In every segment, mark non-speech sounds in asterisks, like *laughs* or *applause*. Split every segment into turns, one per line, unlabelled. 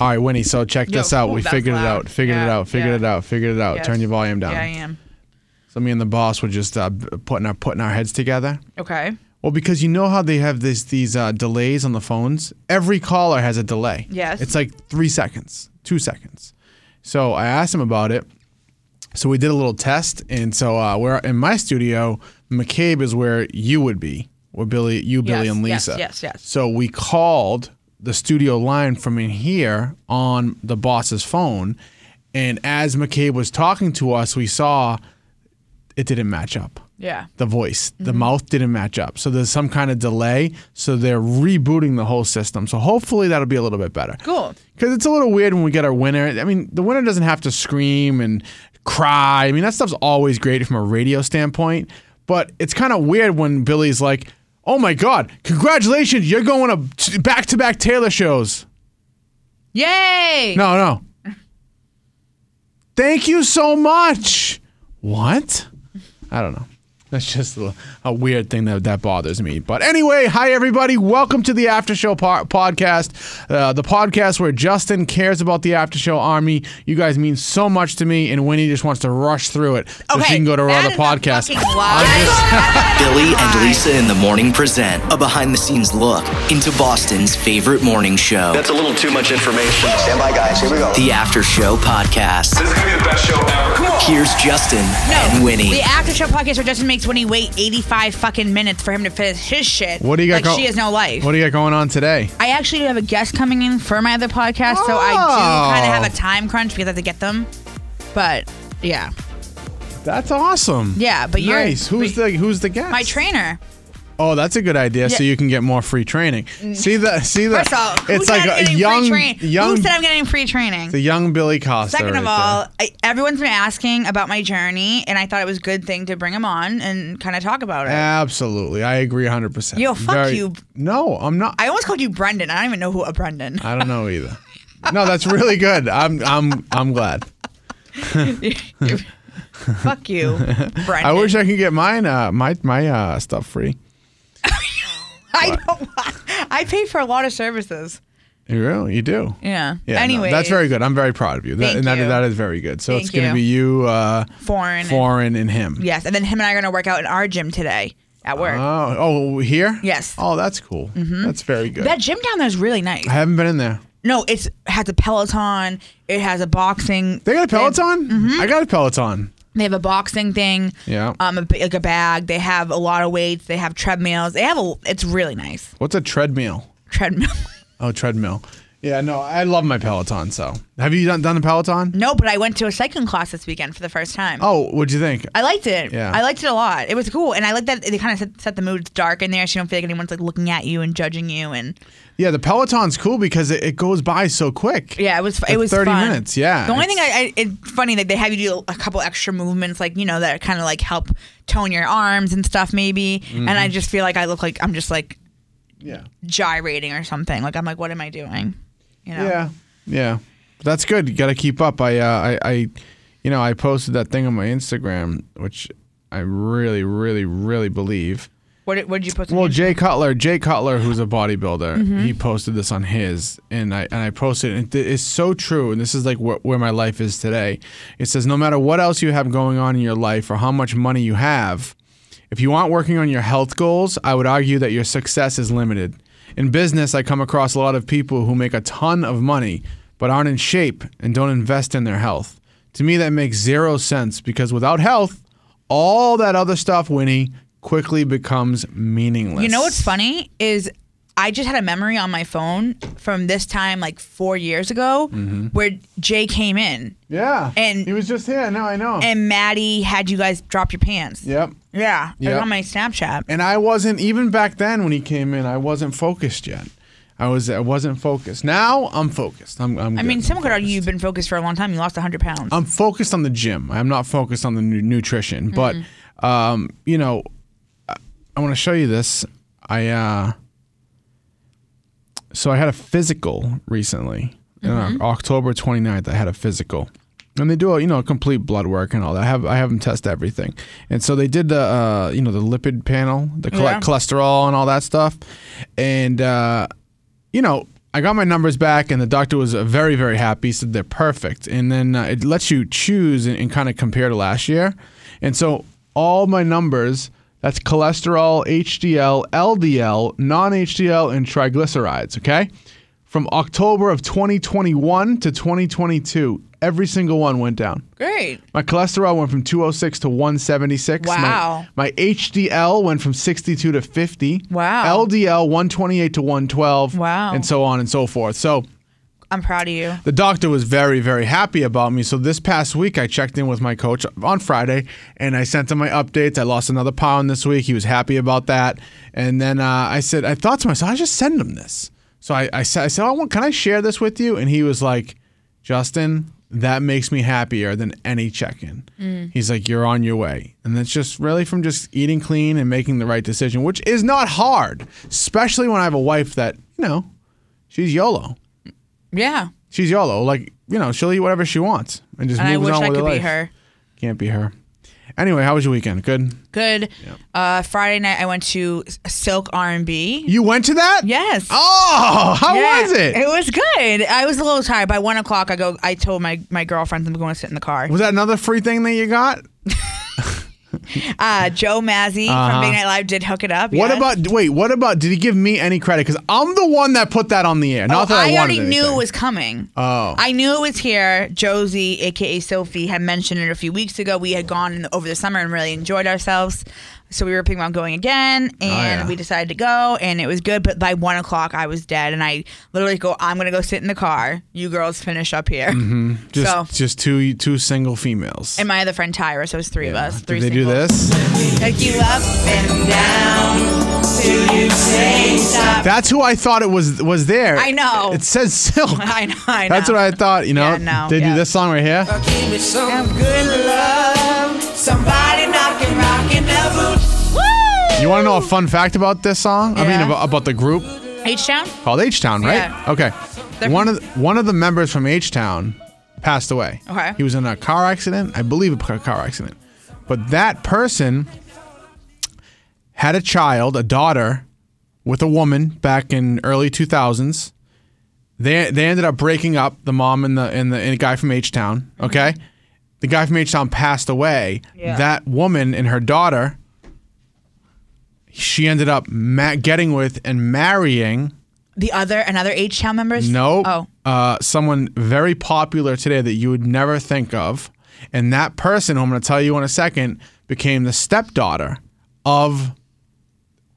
All right, Winnie. So check this
Yo,
out.
*laughs* ooh,
we
that's
figured it
loud.
out. Figured it
Yeah,
out. Figured
yeah.
it out. Figured it out.
Yes.
Turn your volume down.
Yeah, I am.
So me and the boss were just uh, b- putting our putting our heads together.
Okay.
Well, because you know how they have this these uh, delays on the phones. Every caller has a delay.
Yes.
It's like three seconds, two seconds. So I asked him about it. So we did a little test, and so uh, we're in my studio. McCabe is where you would be, or Billy, you, Billy,
Yes,
and
yes,
Lisa.
yes, yes.
So we called the studio line from in here on the boss's phone, and as McCabe was talking to us, we saw it didn't match up
Yeah.
the voice. The mouth didn't match up. So there's some kind of delay. So they're rebooting the whole system. So hopefully that'll be a little bit better.
Cool.
Because it's a little weird when we get our winner. I mean, the winner doesn't have to scream and cry. I mean, that stuff's always great from a radio standpoint. But it's kind of weird when Billy's like, oh my God, congratulations, you're going to back to back Taylor shows.
Yay!
No, no. Thank you so much. What? I don't know. That's just a, a weird thing that that bothers me. But anyway, hi everybody. Welcome to the After Show po- podcast, uh, the podcast where Justin cares about the After Show Army. You guys mean so much to me, and Winnie just wants to rush through it so she can go to her
that
other
is a
podcast.
fucking lie.
*laughs*
Billy and Lisa in the morning present a behind the scenes look into Boston's favorite morning show.
That's a little too much information. Stand by, guys. Here we go.
the After Show Podcast.
This is gonna be the best show ever. Come on.
Here's Justin and Winnie.
The after show podcast where Justin makes Winnie wait 85 fucking minutes for him to finish his shit.
What do you got?
Like
go-
she has no life.
What do you got going on today?
I actually have a guest coming in for my other podcast, so I do
Oh.
kind of have a time crunch because I have to get them. But yeah,
That's awesome.
Yeah, but you're-
nice. Who's
but-
the Who's the guest?
my trainer.
Oh, that's a good idea. So
Yeah. Mm.
you can get more free training. See the see the.
First of all, who
it's
said
like
I'm
a
getting
young
free training?
young
Who said I'm getting free training?
the young Billy Costa.
Second
right
of
there.
all, I, everyone's been asking about my journey, and I thought it was a good thing to bring him on and kind of talk about it.
absolutely, I agree hundred percent.
Yo, fuck you.
No, I'm not.
I
I,
almost called you Brendan. I don't even know who
*laughs*
a Brendan.
don't know either. No, that's really good. I'm I'm I'm glad.
Fuck you, Brendan.
*laughs* I wish I could get mine uh my my uh stuff free.
*laughs* I don't. I pay for a lot of services.
You really you do.
Yeah.
Yeah, no,
Anyways,
that's very good. I'm very proud of you. That,
Thank
and that,
you.
that is very good. So it's
Thank
going to be you, uh,
Foreign and-
foreign, and him.
Yes, and then him and I are gonna work out in our gym today at work.
Oh, oh, here.
Yes. Mm-hmm.
Oh, that's cool. That's very good.
that gym down there is really nice.
I haven't been in there.
No, it's has a Peloton. It has a boxing.
They Mm-hmm. got a Peloton? I got a Peloton.
They have a boxing thing.
Yeah.
Um, a, bi- like a bag. They have a lot of weights. They have treadmills. They have a. It's really nice *laughs*
What's a treadmill?
treadmill.
Oh, treadmill. Yeah, no, I love my Peloton. So, have you done, done a Peloton?
no, but I went to a cycling class this weekend for the first time.
Oh, what'd you think?
I liked it.
Yeah.
I liked it a lot. It was cool, and I like that they kind of set, set the mood. It's dark in there, so you don't feel like anyone's like looking at you and judging you. And
yeah, the Peloton's cool because it, it goes by so quick.
yeah, it was
Like
it was
30
fun.
minutes, yeah.
The only thing
It's-
I, I it's funny that they have you do a couple extra movements, like you know that kind of like help tone your arms and stuff, maybe. And
Mm-hmm.
I just feel like I look like I'm just like
Yeah.
gyrating or something. Like I'm like, what am I doing? You know.
Yeah. Yeah. That's good. You got to keep up. I, uh, I, I, you know, I posted that thing on my Instagram, which I really, really, really believe.
What did, what did you put?
Well,
in?
Jay Cutler, Jay Cutler, who's a bodybuilder, he posted this on his, and I and I posted it. It is so true, and this is like wh- where my life is today. It says no matter what else you have going on in your life or how much money you have, if you aren't working on your health goals, I would argue that your success is limited. In business, I come across a lot of people who make a ton of money but aren't in shape and don't invest in their health. To me, that makes zero sense because without health, all that other stuff, Winnie, quickly becomes meaningless.
you know what's funny is I just had a memory on my phone from this time like four years ago where Jay came in
Yeah.
And-
he was just here. No, I know.
and Maddie had you guys drop your pants.
yep.
Yeah, it was
Yeah.
on my Snapchat.
And I wasn't even back then when he came in. I wasn't focused yet. I was I wasn't focused. Now I'm focused. I'm. I'm
I mean,
good.
someone could argue you've been focused for a long time. You lost 100 pounds.
I'm focused on the gym. I'm not focused on the nu- nutrition. But um, you know, I, I want to show you this. I uh, so I had a physical recently. In Oc- October 29th, I had a physical, and they do a, you know a complete blood work and all that. I have I have them test everything, and so they did the uh, you know the lipid panel, the chole-
Yeah.
cholesterol and all that stuff, and. Uh, you know, I got my numbers back, and the doctor was uh, very, very happy. Said they're perfect, and then uh, it lets you choose and, and kind of compare to last year. And so all my numbers. That's cholesterol, HDL, LDL, non HDL, and triglycerides, okay? From October of 2021 to 2022, every single one went down.
Great.
My cholesterol went from 206 to 176. My-
Wow.
My, HDL went from 62 to 50.
Wow.
LDL 128 to 112.
Wow.
And so on and so forth. So
I'm proud of you.
the doctor was very, very happy about me. So this past week, I checked in with my coach on Friday, and I sent him my updates. I lost another pound this week. He was happy about that. And then uh, I said, I thought to myself, I just send him this. So I, I said, I said, oh, I want, can I share this with you? And he was like, Justin, that makes me happier than any check-in. He's like, you're on your way, and that's just really from just eating clean and making the right decision, which is not hard, especially when I have a wife that you know, she's YOLO
Yeah.
she's YOLO. Like, you know, she'll eat whatever she wants and just
And I
moves
wish
on
I
with
could
her
be
life.
her.
Can't be her. Anyway, how was your weekend? Good.
Good. Uh, Friday night, I went to S- Silk R&B.
You went to that?
Yes.
Oh, how
Yeah,
was it?
It was good. I was a little tired. By one o'clock, I go. I told my my girlfriends I'm going to sit in the car.
Was that another free thing that you got?
Uh, Joe Mazzy from Big Night Live did hook it up.
Uh-huh. What
yes.
about wait? What about? Did he give me any credit? Because I'm the one that put that on the air. Not
Oh,
that I, wanted
already knew
anything.
it was coming.
Oh.
I knew it was here. Josie, aka Sophie, had mentioned it a few weeks ago. We had gone in the, over the summer and really enjoyed ourselves, so we were thinking about going again, and
Oh, yeah.
we decided to go, and it was good. But by one o'clock, I was dead, and I literally go, "I'm gonna go sit in the car. You girls finish up here."
Mm-hmm. just
so-
just two two single females.
And my other friend Tyra, so it was three of us. Three
Did they do
singles.
this?
Pick you up and down till you say stop.
That's who I thought it was was there.
I know.
It says silk.
*laughs* I know, I
That's
know.
what I thought. You know.
Yeah, no,
they
yeah.
do this song right here.
Give me some good love. Somebody knocking, rocking the boot.
You want to know a fun fact about this song? I mean,
Yeah.
about, about the group
H Town?
called H Town, right?
Yeah.
Okay.
They're
one
from-
of the, one of the members from H Town passed away.
Okay.
He was in a car accident, I believe, a car car accident. But that person had a child, a daughter, with a woman back in early 2000s. They they ended up breaking up. The mom and the and the, and the guy from H Town. Okay. The guy from H Town passed away.
Yeah.
That woman and her daughter she ended up ma- getting with and marrying
The other, another H Town members?
no
Oh.
uh, someone very popular today that you would never think of and that person who i'm going to tell you in a second became the stepdaughter of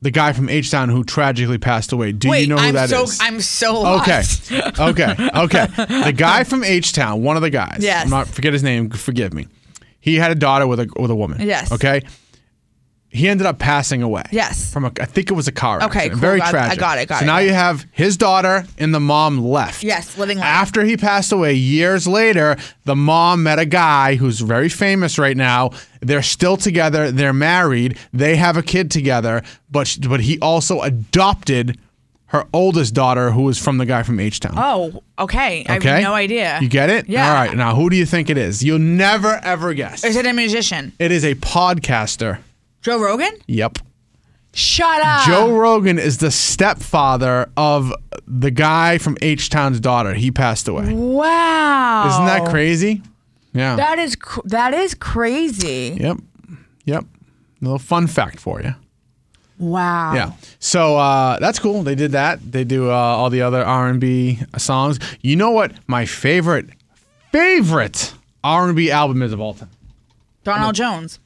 the guy from h town who tragically passed away do
Wait,
you know who
I'm
that
so
is?
I'm so
Okay.
lost. *laughs*
Okay. Okay. The guy from H Town, one of the guys.
Yes.
I'm not forget his name. Forgive me. He had a daughter with a with a woman.
Yes.
Okay. He ended up passing away.
Yes.
From a, I think it was a car.
Okay,
accident.
cool.
Very
Got- I
tragic.
got it, got
so
it,
now
got
you
it.
have his daughter and the mom left.
Yes, living life.
After he passed away, years later, the mom met a guy who's very famous right now. They're still together. They're married. They have a kid together. But sh- but he also adopted her oldest daughter, who was from the guy from H Town.
Oh, okay. I
Okay.
have no idea.
You get it?
Yeah.
All right. Now, who do you think it is? You'll never, ever guess.
Is it a musician?
It is a podcaster.
Joe Rogan?
Yep.
Shut up.
Joe Rogan is the stepfather of the guy from H Town's daughter. He passed away.
Wow.
Isn't that crazy? Yeah.
That is cr- that is crazy.
yep. Yep. A little fun fact for you.
Uh-huh. Wow.
Yeah. So uh, that's cool. They did that. They do uh, all the other R and B songs. You know what? My favorite, favorite R and B album is of all time.
Donald Jones.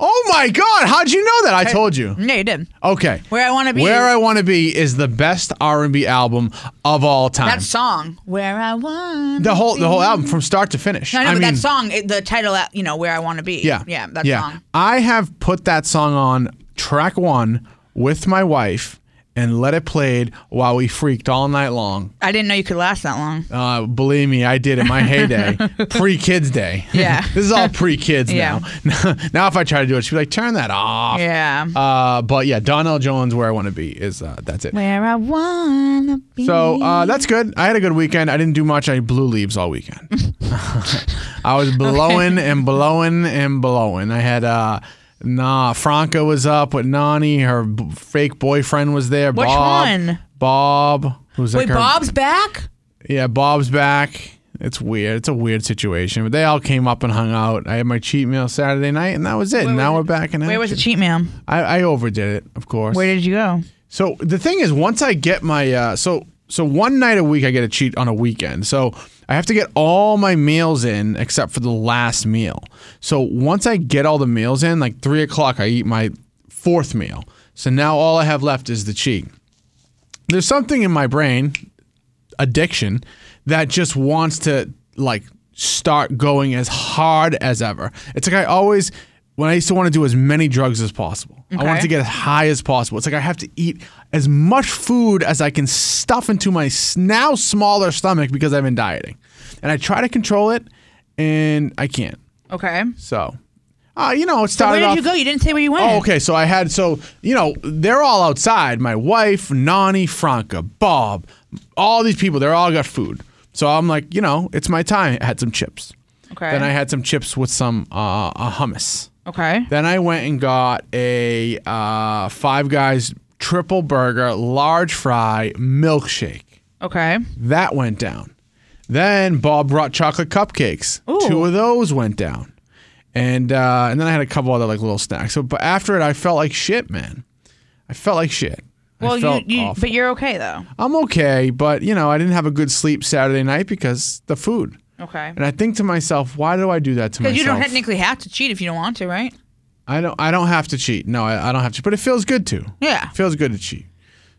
Oh my God! How'd you know that? I told you.
Yeah, you did.
Okay.
Where I Wanna Be.
Where I want to be is the best R and B album of all time.
That song. Where I want.
Um, the whole the whole album from start to finish.
No, no,
I
but
mean,
that song, it- the title, uh, you know, where I want to be.
Yeah.
yeah, that
yeah.
song.
I have put that song on track one with my wife, and let it played while we freaked all night long.
I didn't know you could last that long.
Uh, believe me, I did in my heyday,
*laughs*
pre kids day. *laughs*
Yeah.
this is all pre kids
Yeah.
now. *laughs* now, if I try to do it, she'd be like, "Turn that off."
yeah.
Uh, but yeah, Donnell Jones, where I want to be is uh, that's it.
Where I wanna be.
So uh, that's good. I had a good weekend. I didn't do much. I blew leaves all
*laughs*
weekend. I was blowing and blowing and blowing. I had uh, nah. Franca was up with Nani. Her b- fake boyfriend was there.
Which
Bob,
one?
Bob. Who's
Wait,
like her-
Bob's back?
Yeah, Bob's back. It's weird. It's a weird situation. But they all came up and hung out. I had my cheat meal Saturday night, and that was it. now we're back in.
Where was the
action.
cheat meal?
I, I overdid it, of course.
Where did you go?
So the thing is, once I get my uh, so so one night a week I get a cheat on a weekend. So I have to get all my meals in except for the last meal. So once I get all the meals in, like three o'clock, I eat my fourth meal. So now all I have left is the cheat. There's something in my brain, addiction, that just wants to like start going as hard as ever. It's like I always when I used to want to do as many drugs as possible. I wanted
Okay.
to get as high as possible. It's like I have to eat as much food as I can stuff into my s- now smaller stomach because I've been dieting. And I try to control it and I can't.
Okay.
So, uh, you know, it
So where
started
did
off
you go? You didn't say where you went.
Oh, okay. So I had so you know they're all outside. My wife, Nani, Franca, Bob, all these people. They're all got food. So I'm like, you know, it's my time. I had some chips.
Okay.
Then I had some chips with some uh, a hummus.
Okay.
Then I went and got a uh, Five Guys triple burger, large fry, milkshake.
Okay.
That went down. Then Bob brought chocolate cupcakes. Two of those went down. And uh, and then I had a couple other like little snacks. So but after it I felt like shit, man. I felt like shit. I
Well, you,
felt
you
awful.
but you're okay though.
I'm okay, but you know, I didn't have a good sleep Saturday night because the food.
Okay.
And I think to myself, why do I do that to myself?
Because you don't technically have to cheat if you don't want to, right?
I don't I don't have to cheat. No, I, I don't have to, but it feels good to.
Yeah.
It feels good to cheat.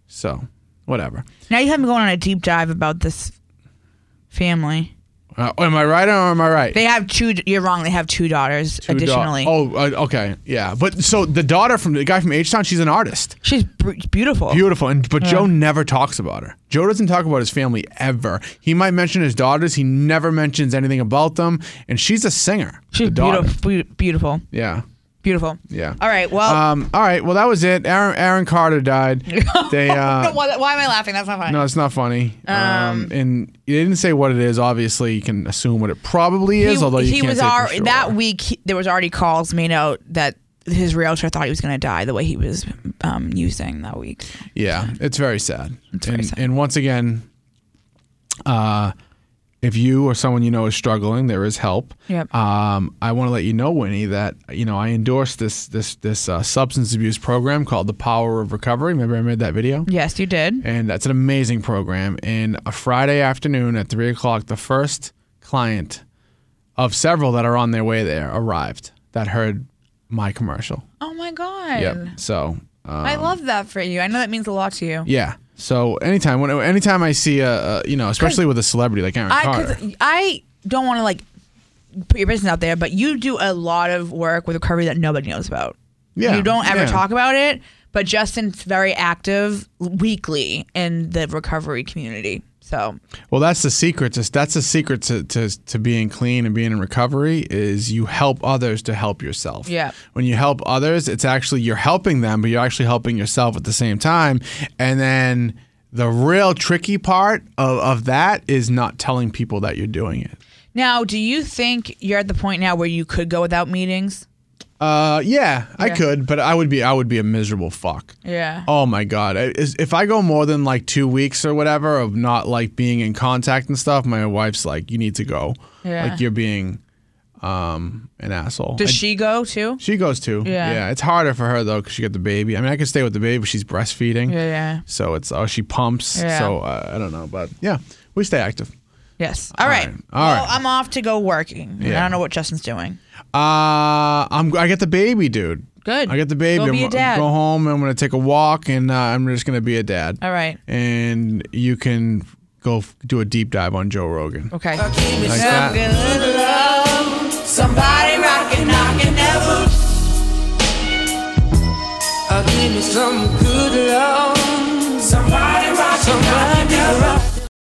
So, whatever.
Now you have me going on a deep dive about this family.
Uh, am I right or am I right?
They have two. You're wrong. They have two daughters.
Two da-
additionally,
oh, uh, okay, yeah. But so the daughter from the guy from H Town, she's an artist,
she's br- beautiful.
beautiful. And but Joe never talks about her. Joe doesn't talk about his family ever. He might mention his daughters. He never mentions anything about them. And she's a singer.
she's
the daughter.
beautiful. Be- beautiful.
Yeah.
Beautiful.
Yeah.
All right. Well.
Um. All right. Well, that was it. Aaron Aaron Carter
*laughs*
died. They. Uh,
why, why am I laughing? That's not funny.
No, it's not funny. Um, and they didn't say what it is. Obviously, you can assume what it probably is, although you
he
can't
was
say for
al-
sure.
that week. he- there was already calls made out that his realtor thought he was going to die the way he was um, using that week.
Yeah, it's very sad.
very
and,
sad.
and once again, uh, if you or someone you know is struggling, there is help.
Yep.
Um, I want to let you know, Winnie, that you know I endorse this this this uh, substance abuse program called the Power of Recovery. Remember, I made that video.
Yes, you did.
And that's an amazing program. And a Friday afternoon at three o'clock, the first client of several that are on their way there arrived that heard my commercial.
Oh my god.
Yep. So
I love that for you. I know that means a lot to you.
Yeah. So anytime, when, anytime I see a, a, you know, especially with a celebrity like Aaron
I
Carter,
cause I don't want to like put your business out there, but you do a lot of work with recovery that nobody knows about.
Yeah,
you don't ever
yeah.
talk about it, but Justin's very active weekly in the recovery community. So
well, that's the secret. To, that's the secret to, to to being clean and being in recovery is you help others to help yourself.
Yeah.
When you help others, it's actually you're helping them, but you're actually helping yourself at the same time. And then the real tricky part of, of that is not telling people that you're doing it.
now, do you think you're at the point now where you could go without meetings?
Uh, yeah, I
Yeah.
could, but I would be I would be a miserable fuck.
Yeah.
Oh my god! I- is- If I go more than like two weeks or whatever of not like being in contact and stuff, my wife's like, "You need to go.
Yeah.
Like you're being um an asshole."
Does
I-
she go too?
She goes too.
Yeah.
It's harder for her though because she got the baby. I mean, I could stay with the baby, but she's breastfeeding.
Yeah, yeah.
So it's oh she pumps.
Yeah.
So uh, I don't know, but yeah, we stay active.
Yes. All right.
right. All
well,
right.
I'm off to go working. I
Yeah.
don't know what Justin's doing.
Uh, I'm I get the baby, dude.
Good.
I get the baby.
Go be
I'm-
a dad.
Go home. I'm gonna take a walk, and uh, I'm just gonna be a dad.
All right.
And you can go f- do a deep dive on Joe Rogan.
Okay.
Give me
Like
some
that.
good love. Somebody rockin', knockin' that boots. Uh, Give me some good love. Somebody rock, somebody rock.